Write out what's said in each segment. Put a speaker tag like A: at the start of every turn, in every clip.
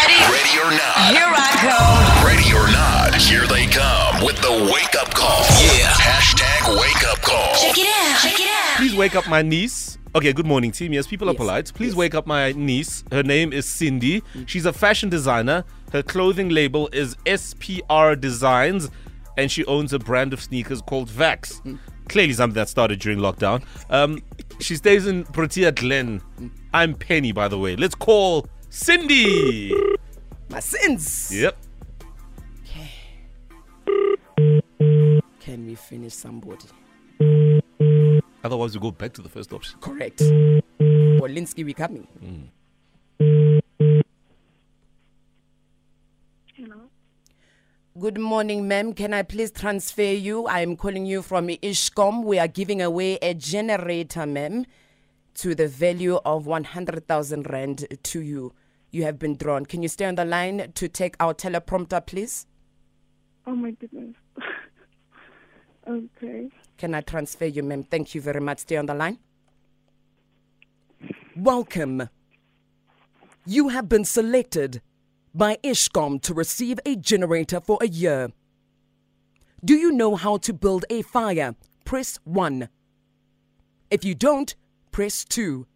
A: or not.
B: Here I
A: Ready or not, here they come with the wake up call. Yeah. Hashtag wake up call.
B: go. Check it out. Check it out.
C: Please wake up my niece. Okay, good morning, team. Yes, Mm. people are polite. Please wake up my niece. Her name is Cindy. She's a fashion designer. Her clothing label is SPR Designs, and she owns a brand of sneakers called Vax. Clearly, something that started during lockdown. Um, she stays in Protea Glen. I'm Penny, by the way. Let's call Cindy.
D: My sins.
C: Yep.
D: Can we finish somebody?
C: Otherwise, we go back to the first option.
D: Correct. Polinsky, we coming. Good morning, ma'am. Can I please transfer you? I am calling you from Ishkom. We are giving away a generator, ma'am, to the value of 100,000 Rand to you. You have been drawn. Can you stay on the line to take our teleprompter, please?
E: Oh my goodness. okay.
D: Can I transfer you, ma'am? Thank you very much. Stay on the line. Welcome. You have been selected by Ishcom to receive a generator for a year. Do you know how to build a fire? Press 1. If you don't, press 2.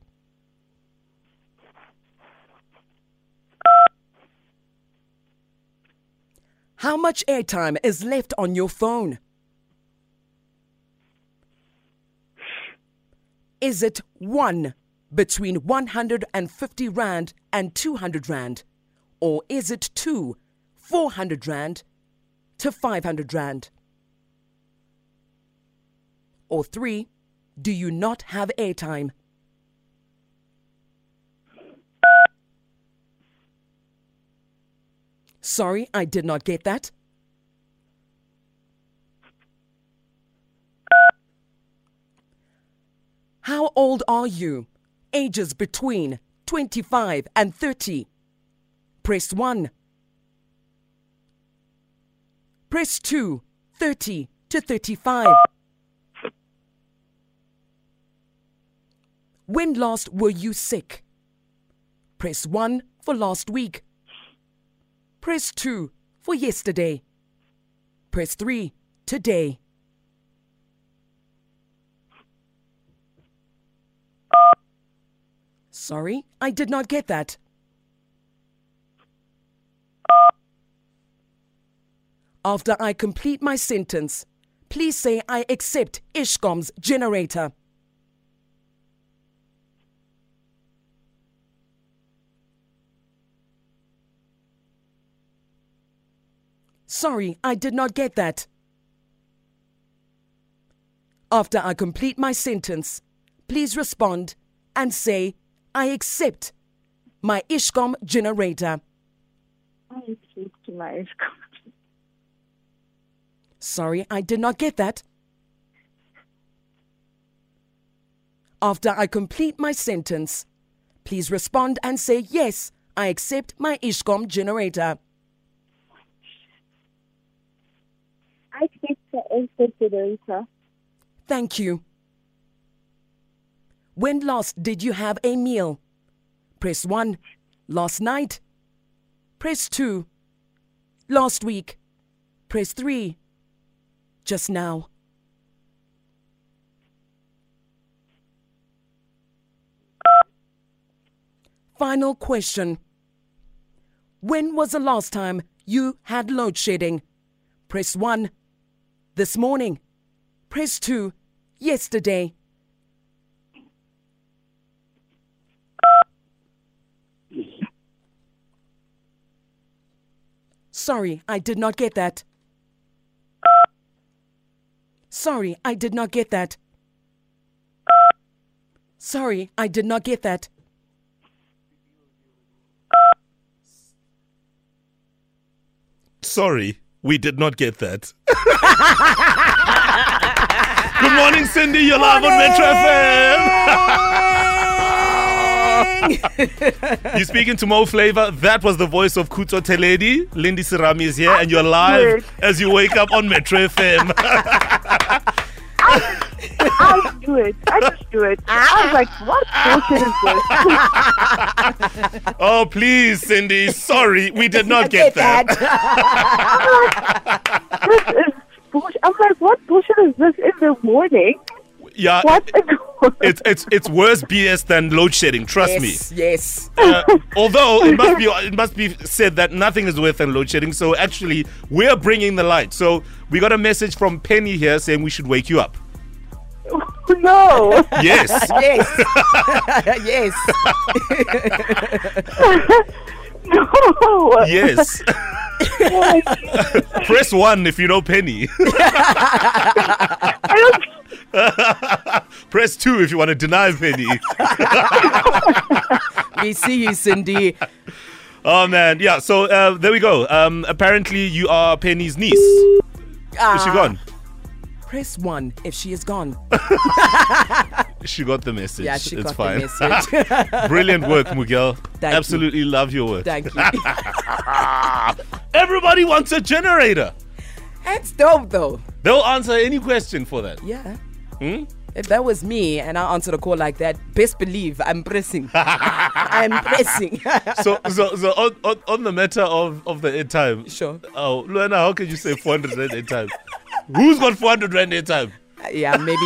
D: How much airtime is left on your phone? Is it one between 150 Rand and 200 Rand? Or is it two, 400 Rand to 500 Rand? Or three, do you not have airtime? Sorry, I did not get that. How old are you? Ages between 25 and 30. Press 1. Press 2. 30 to 35. When last were you sick? Press 1 for last week. Press 2 for yesterday. Press 3 today. Sorry, I did not get that. After I complete my sentence, please say I accept Ishcom's generator. Sorry, I did not get that. After I complete my sentence, please respond and say, I accept my Ishcom generator.
E: I accept my escort.
D: Sorry, I did not get that. After I complete my sentence, please respond and say, Yes, I accept my Ishcom generator.
E: I accept the escort generator.
D: Thank you. When last did you have a meal? Press 1. Last night. Press 2. Last week. Press 3. Just now. Final question. When was the last time you had load shedding? Press 1. This morning. Press 2. Yesterday. Sorry, I did not get that. Sorry, I did not get that. Sorry, I did not get that.
C: Sorry, we did not get that. Good morning, Cindy. You're live on Metro FM. you're speaking to Mo Flavor. That was the voice of Kuto Teledi. Lindy Sirami is here, and you're live as you wake up on Metro FM.
E: I do it. I just do it. I was like, what bullshit is this?
C: Oh, please, Cindy. Sorry, we did not get that.
E: this is bullshit. I'm like, what bullshit is this in the morning?
C: Yeah.
E: What is going
C: It's it's it's worse BS than load shedding. Trust me.
D: Yes, yes.
C: Uh, although it must be it must be said that nothing is worse than load shedding. So actually, we're bringing the light. So we got a message from Penny here saying we should wake you up.
E: No.
C: Yes.
D: Yes. yes.
E: No.
C: yes. Press one if you know Penny.
E: I don't
C: Press two if you want to deny Penny.
D: We see you, Cindy.
C: Oh man, yeah. So uh, there we go. Um, apparently, you are Penny's niece. Is
D: Ah.
C: she gone?
D: Press one if she is gone.
C: She got the message.
D: Yeah, she
C: it's
D: got
C: fine.
D: the message.
C: Brilliant work, Miguel.
D: Thank you.
C: Absolutely love your work.
D: Thank you.
C: Everybody wants a generator.
D: That's dope, though.
C: They'll answer any question for that.
D: Yeah. If that was me and I answered a call like that, best believe I'm pressing. I'm pressing.
C: So, so, so on, on, on the matter of, of the airtime.
D: Sure.
C: Oh, Luana, how can you say 400 rand airtime? Who's got 400 rand airtime?
D: yeah, maybe.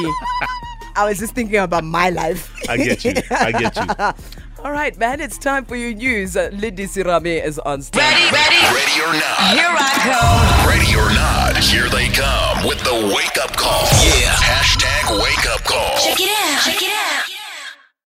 D: I was just thinking about my life.
C: I get you. I get you.
D: All right, man, it's time for your news. Uh, Lady Sirame is on stage.
B: Ready, ready,
A: Ready or not,
B: here I
A: ready or not, here they come with the wake up call. Yeah. Hashtag wake up call.
B: go. Check it out, check it out.